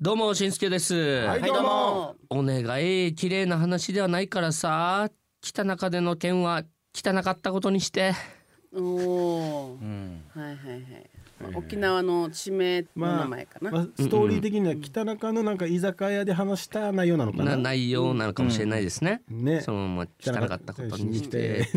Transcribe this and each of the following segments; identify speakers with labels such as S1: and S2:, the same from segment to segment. S1: どうもしんすけです、
S2: はい
S3: はいどうも
S1: お願い綺麗な話ではないからさ北中での件は汚かったことにして
S3: おおー、はいはいはい、まあ沖縄の地名の名前かな、
S2: まあ、ストーリー的には北中のなんか居酒屋で話した内容なのかな
S1: な内容なのかもしれないですね、
S2: ね
S1: そのまま汚かったことにして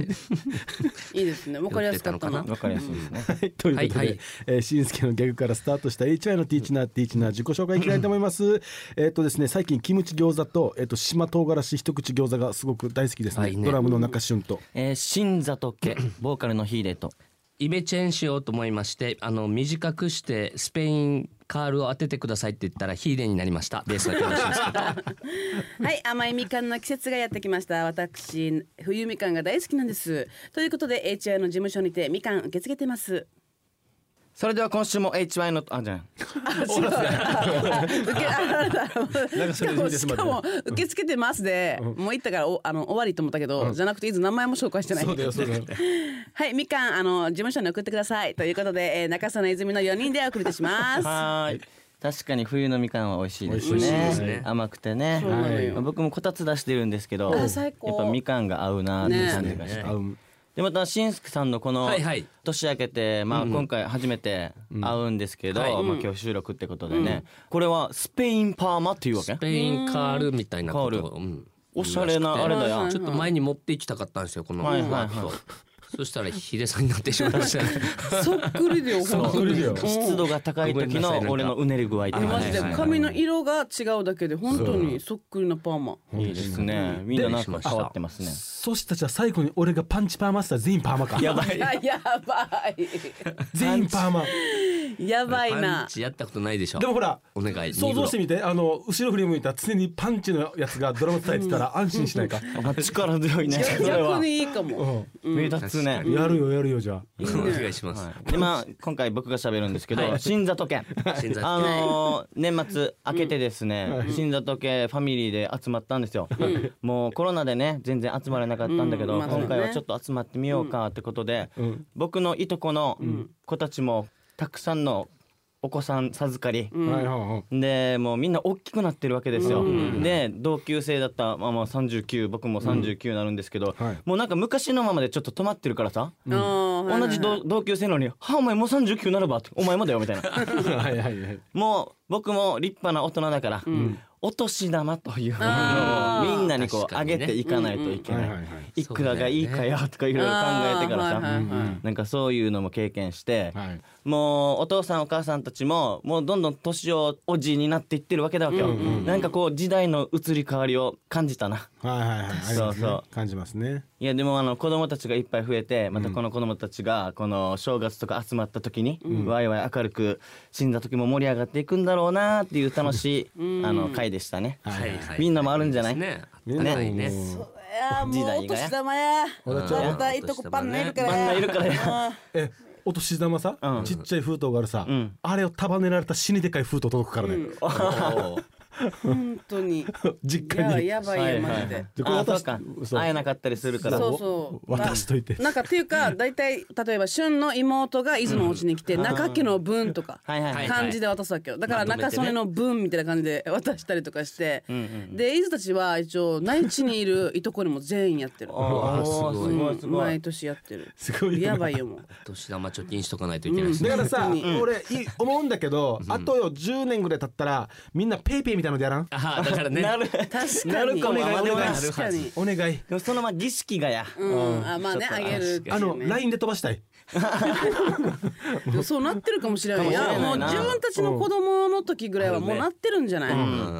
S3: いいですねわかりやすかったな
S1: 言
S4: わ かりやすいですね。
S2: はい、 ということで、
S1: はいはい
S2: えー、しんすけのギャグからスタートした HY のティーチナーティーチナー自己紹介いきたいと思います。えっとですね、最近キムチ餃子と、えっ、と、島唐辛子一口餃子がすごく大好きですね。
S1: はいね
S2: ドラムの中旬と。
S4: えー、新里家、ボーカルのヒーレと。
S1: イメチェンしようと思いましてあの短くしてスペインカールを当ててくださいって言ったらヒーデになりましたベースだけお願いします
S3: はい甘いみかんの季節がやってきました私冬みかんが大好きなんですということで HI の事務所にてみかん受け付けてます
S4: それでは今週も HY の、あ、じゃあ
S3: 受けあなるほどしかもしかも受け付けてますで、もう言ったからおあの終わりと思ったけど、じゃなくていつ名前も紹介してない
S2: そうだよ、そうだよ。
S3: はいみかんあの事務所に送ってくださいということで、えー、中曽根泉の4人でお送りいたします
S4: はーい。確かに冬のみかんは美味しいですね。
S2: 美味しいです
S1: ね
S4: 甘くてね。
S3: そうなのよ
S4: まあ僕もこたつ出してるんですけど、や
S3: あ
S4: っ
S3: 最高
S4: ぱみかんが合うなっていう感じがして。
S2: あうん
S4: でまたしんすけさんのこの
S1: はいはい
S4: 年明けて、まあ今回初めて会うんですけど、
S1: はい
S4: まあ今日収録ってことでね、これはスペインパーマっていうわけ
S1: ス。ペインカールみたいなことを、うん
S4: おしゃれなあれだよ。
S1: ちょっと前に持って行きたかったんですよこの
S4: はいはい
S1: ワークを、そしたらヒデさんになってしまいました ね
S3: そっくりだよ
S2: う
S3: 本当
S2: それだよ
S3: に
S4: 湿度が高い時の俺のうねり具合って
S3: いやマ
S4: 感じ
S3: ジ
S4: で
S3: です
S4: ね。
S3: 髪の色が違うだけで本当にそっくりなパーマ
S4: いいですね。みんななん
S1: 失礼
S4: か
S1: しました
S4: 変わってますね。
S2: そしたらじゃあ最後に俺がパンチパーマスター全員パーマか。
S4: やばい。
S3: あ やば
S2: 全員パーマ。
S3: いやばい
S1: パン
S3: な
S1: チやったことないでしょ
S2: でもほら、
S1: お願い
S2: 想像してみて、あの、後ろ振り向いたら常にパンチのやつがドラム叩いてたら安心しないか。
S4: あ力強 いね。それは
S3: 逆にいいかも
S4: 目立つね。
S2: やるよ、やるよ、じゃあ。
S1: お願いします、
S4: はいでまあ今回僕が喋るんですけど、新里家。
S1: 新里
S4: あのー年末明けてですね、新里家ファミリーで集まったんですよ。もうコロナでね全然集まれなかったんだけ
S3: う
S4: ど、
S3: んまあそうね
S4: 今回はちょっと集まってみようかってことで
S2: ん、
S4: 僕のいとこの子たちもたくさんのお子さん授かり。
S2: はいはいはい
S4: でもうみんな大きくなってるわけですよ、で同級生だった、まあ、まあ39僕も39になるんですけど、
S2: うんはい
S4: もうなんか昔のままでちょっと止まってるからさ、
S3: 同
S4: 同じ同同級生なのに「はあお前もう39ならば」って「お前もだよ」みたいな
S2: はいはいはい。
S4: もう僕も立派な大人だから、お年玉というのを
S3: あー
S4: みんなにこ
S1: 確
S4: う
S1: か
S4: 上
S1: にね
S4: げていかないといけない、、
S2: はいはいはい
S4: くらがいいかよとかいろいろ考えてからさ、
S3: あーはいはいはい
S4: なんかそういうのも経験して、
S2: はい
S4: もうお父さんお母さんたちももうどんどん年をおじになっていってるわけだわけよ、なんかこう時代の移り変わりを感じたな
S2: はいはいはい。あり
S4: そ
S2: ま
S4: う
S2: す
S4: そう
S2: ね感じますね。
S4: いやでもあの子供たちがいっぱい増えてまたこの子供たちがこの正月とか集まった時に、ワイワイ明るく死んだ時も盛り上がっていくんだろうなっていう楽しいあの回でしたね、
S1: はいはい
S4: みんなもあるんじゃない
S1: ね
S2: みんなも
S1: ないね
S3: あーもうお年玉や
S2: 時代がね
S3: またいとこパンナいるから
S4: パンナいるからや
S3: うん
S2: えお年玉さ、
S4: うん
S2: ちっちゃい封筒があるさ、
S4: ん
S2: あれを束ねられた死にでかい封筒届くからね、
S3: 本当 に
S2: 実家に
S3: いややば
S4: はいい
S3: よ
S4: は
S3: マジ
S4: い
S3: で
S2: でこれ
S4: あー
S2: 私
S4: そうか
S2: そう
S4: 会えなかったりするから
S3: そうそう
S2: わ渡しといて
S3: ななんかっていうか大体例えば旬の妹が出雲のうちに来て中家の分とか
S4: はいはいはい
S3: 感じで渡すわけよだから
S1: まとめ
S3: 中
S1: てね
S3: 曽根の分みたいな感じで渡したりとかしてで伊豆たちは一応内地にいるいとこにも全員やってる
S4: あー
S1: わあすご
S3: う
S1: い
S3: ん
S4: ごいすごい
S3: 毎年やってる
S2: すごいよな
S3: やばいよもう
S1: 年玉貯金しとかないといけないですね、
S2: だからさ、
S3: 本当
S2: 俺い思うんだけど、あとよ10年ぐらい経ったらみんなペイペイみたいなのでやらん
S1: あーだからね
S4: なる
S3: 確かに
S4: なるかも
S2: お願い
S4: まあでも
S2: お願い
S3: 確かに
S2: お願い
S4: でもそのまあ儀式がや、
S3: うんあまあねあげる
S2: あの LINE で飛ばしたい
S3: でもそうなってるかもしれないい
S4: かもし
S3: や
S4: れ
S3: も
S4: な
S3: う
S4: いな
S3: 自分たちの子供の時ぐらいはもうなってるんじゃない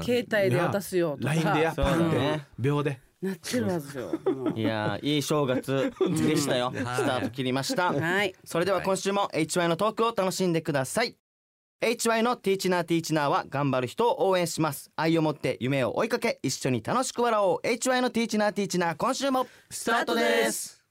S3: 携帯で渡すよとか
S2: LINE でや
S4: そう
S2: パ
S4: だね
S2: ンで秒で
S3: なってるはずよもう
S4: いやーいい正月でしたよスタート切りました
S3: はい
S4: それでは今週も HY のトークを楽しんでください HY のティーチナーティーチナーは頑張る人を応援します愛を持って夢を追いかけ一緒に楽しく笑おう HY のティーチナーティーチナー今週もスタートです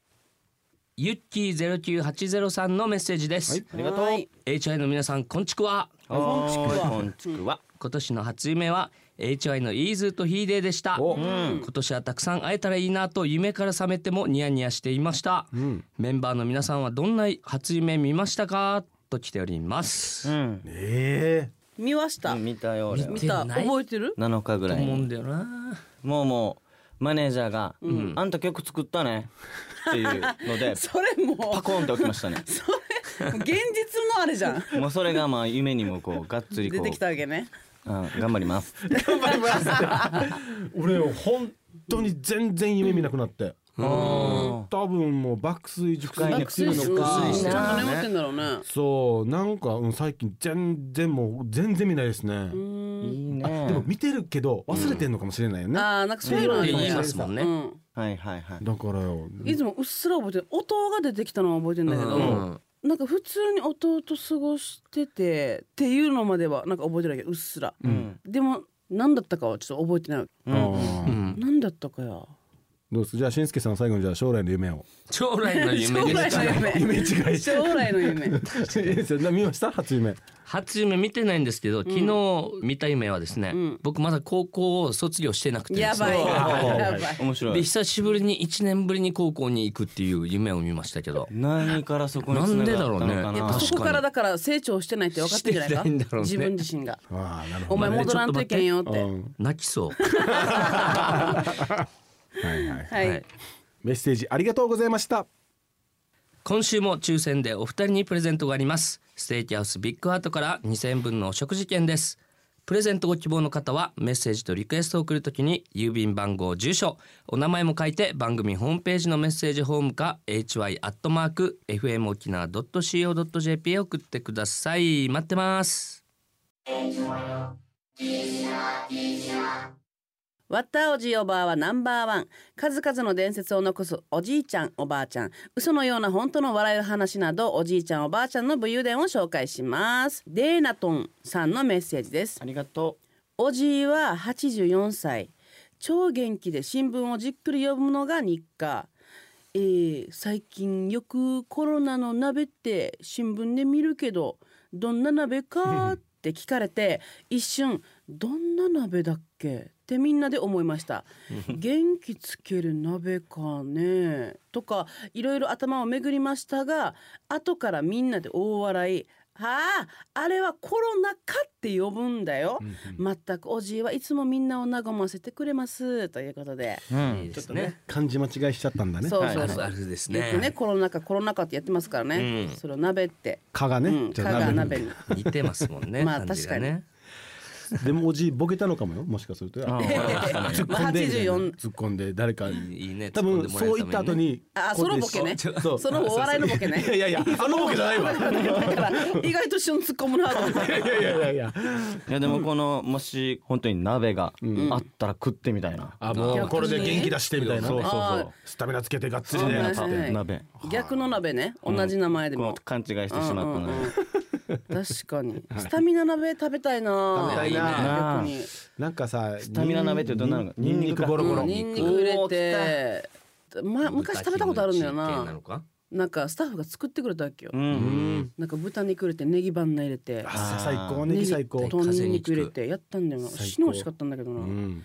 S1: ユッキーゼロ九八ゼロ三のメッセージです、
S4: ありがとう
S3: はい
S1: HI の皆さんこんちくわ
S4: こんちくわこんちくわ
S1: 今年の初夢は HY のイーズーとヒーデーでした、
S2: お
S1: 今年はたくさん会えたらいいなと夢から覚めてもニヤニヤしていました、メンバーの皆さんはどんな初夢見ましたかと来ております。
S4: うん
S2: え
S3: 見ました。
S4: 見たよ俺は
S3: 見
S1: て
S3: た。
S1: ない
S3: 覚えてる？
S4: 7日ぐ
S1: と
S4: らい
S1: 思う
S4: に
S1: んだよな。
S4: もうもうマネージャーが「あんた曲作ったね」っていうので
S3: それも
S4: パ
S3: う
S4: コーンって起きましたね
S3: それ現実のあれじ ゃ ん。
S4: もうそれがまあ夢にもこうがっつりこ
S3: 出
S4: う
S3: てきたわけね。
S4: うん頑張ります
S2: え俺本当に全然夢見なくなって
S4: うん
S2: 多分もう爆睡熟睡に
S4: 爆
S2: 来て
S4: 睡
S2: るのか
S4: 熟睡し
S3: ち
S4: てる
S3: ゃんと眠ってんだろうね。
S2: そうなんか、うん、最近全然もう全然見ないですね、
S4: いい
S2: あ
S4: ね
S2: でも見てるけど忘れてんのかもしれないよね、
S3: ああなんかそういうのあるかも
S1: 言
S3: しれ
S1: い
S3: ない
S1: ますもんね。
S4: はいはいはい
S2: だからよ
S3: うんいつもうっすら覚えてる。音が出てきたのは覚えてんだけど。
S1: うん
S3: なんか普通に弟と過ごしててっていうのまではなんか覚えてないけどうっすら、
S4: ん
S3: でも何だったかはちょっと覚えてない、
S2: あー
S1: うん
S3: 何だったかや
S2: どうですじゃあしんすけさん最後にじゃあ将来の夢を
S1: 将来の
S3: 将
S1: 夢で
S3: 来
S1: す
S3: の。夢
S2: 夢違い
S3: 将来の夢
S2: え先生見ました初夢
S1: 初夢見てないんですけど、昨日見た夢はですね、
S3: ん
S1: 僕まだ高校を卒業してなくてで
S3: や
S1: すね
S3: ばいやばい
S4: 面白
S1: で
S4: い
S1: 久しぶりに1年ぶりに高校に行くっていう夢を見ましたけど
S4: 何からそこに
S1: なんでだろうね
S4: 繋がったの
S1: や
S4: か
S1: っ
S4: な
S1: ぱ
S3: そこからだから成長してないって分かってんじゃないか
S1: してないんだろうね
S3: 自分自身が
S2: ああなる
S3: お
S2: ほど
S3: 前戻らんといけんよって
S2: うん
S1: 泣きそう
S2: はいはい
S3: はい、
S1: はい
S2: メッセージありがとうございました
S1: 今週も抽選でお二人にプレゼントがありますステーキハウスビッグハートから2000分のお食事券ですプレゼントご希望の方はメッセージとリクエストを送るときに郵便番号住所お名前も書いて番組ホームページのメッセージホームか hy.fmokina.co.jp へ送ってください待ってます
S3: わったおじいおばあはナンバーワン数々の伝説を残すおじいちゃんおばあちゃん嘘のような本当の笑える話などおじいちゃんおばあちゃんの武勇伝を紹介しますデーナトンさんのメッセージです
S4: ありがと
S3: おじいは84歳超元気で新聞をじっくり読むのが日課えー最近よくコロナの鍋って新聞で見るけどどんな鍋かって聞かれて一瞬どんな鍋だっけってみんなで思いました元気つける鍋かねとかいろいろ頭を巡りましたが後からみんなで大笑いはああれはコロナかって呼ぶんだよ、全くおじいはいつもみんなを和ませてくれますということで、
S4: ううん
S1: いいですね
S2: 漢字間違いしちゃったんだね
S3: そう
S4: はい
S3: そう
S1: あ
S3: そう、
S1: るあるです
S3: よくね
S1: ね
S3: コロナ禍コロナ禍ってやってますからね、
S1: うん
S3: それを鍋って、
S2: 蚊がね、
S3: うん、
S2: じ
S3: か
S2: ゃ
S3: が
S2: あ鍋に
S3: 鍋に
S1: 似てますもんね
S3: まあ
S1: 感じがね
S2: でもおじいボケたのかもよもしかする と
S4: あ
S2: 突っ込んでみたいな突っ込んで誰かに
S1: いいね
S2: 多分そう言った後に
S3: あ
S2: こ
S3: そう
S2: や
S3: の
S2: って
S3: ボケね
S2: そう
S3: そ
S2: そう
S3: のお笑いのボケね
S2: いやいやいやあのボケじゃないわい
S3: だから意外と一緒に突っ込むなと思って
S2: やいやいやいや
S4: いやでもこのもし本当に鍋があったら食ってみたいな
S2: あもうこれで元気出してみたいな
S4: そうそう
S2: ね
S4: そ
S3: あー
S4: う
S2: スタミナつけてがっつり
S4: そ
S2: で
S4: う
S2: やつっ
S3: はいはいは
S2: て
S3: い
S4: 鍋
S3: 逆の鍋ね同じ名前で
S4: こ
S3: も
S4: う、勘違いしてしまったので
S3: うんうんうん確かにスタミナ鍋食べたいな
S2: 食べたい
S4: な
S3: 逆に
S2: なんかさス
S4: スタミナ鍋ってどんなのか
S2: ニンニクボロボロ
S3: うんニンニク入れてま昔食べたことあるんだよなななんかスタッフが作ってくれたわけよ、
S4: うん
S3: なんか豚肉入れてネギバンナ入れて
S2: あ最高ネギ最高
S3: とんにく入れてやったんだよな
S2: 最高
S3: 死の美味しかったんだけどな、
S2: うん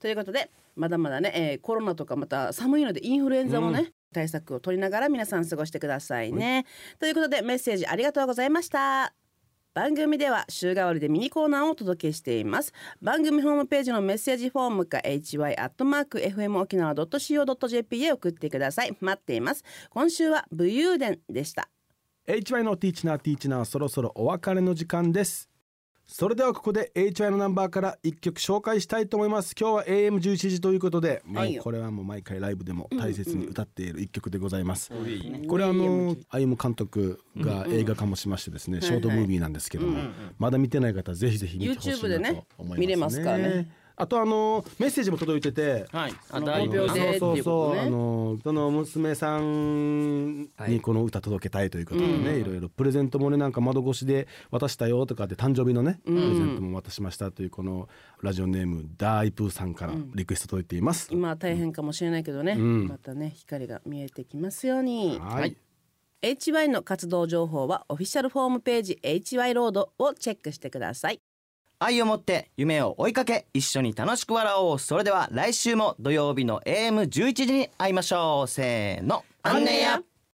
S3: ということでまだまだね、えーコロナとかまた寒いのでインフルエンザもね、対策を取りながら皆さん過ごしてくださいね、ということでメッセージありがとうございました番組では週替わりでミニコーナーをお届けしています番組ホームページのメッセージフォームか hy.fmokinawa.co.jp へ送ってください待っています今週は武勇伝でした
S2: HY のティーチナーティーチナーそろそろお別れの時間ですそれではここで HY のナンバーから一曲紹介したいと思います今日は AM11 時ということでも
S3: はいうよ
S2: これはもう毎回ライブでも大切に歌っている一曲でございます、
S4: い
S2: これはあの歩夢監督が映画化もしましてですね、ショートムービーなんですけども、まだ見てない方はぜひぜひ見てほしいなと
S3: YouTube でね
S2: 思いますね
S3: 見れますからね
S2: あとあのメッセージも届いてて、
S4: はいあ
S2: あ
S4: 大
S2: の
S3: 病
S4: 病
S3: でっていうことね
S2: そうそうそうあのその娘さんにこの歌届けたいということでね、い、ろいろプレゼントもねなんか窓越しで渡したよとかで誕生日のね、プレゼントも渡しましたというこのラジオネームダーイプーさんからリクエスト届いています、
S3: 今は大変かもしれないけどね、またね光が見えてきますように
S2: はい、
S3: HY の活動情報はオフィシャルホームページ HY ロードをチェックしてください
S4: 愛を持って夢を追いかけ一緒に楽しく笑おうそれでは来週も土曜日の AM11 時に会いましょうせーの
S3: アンネや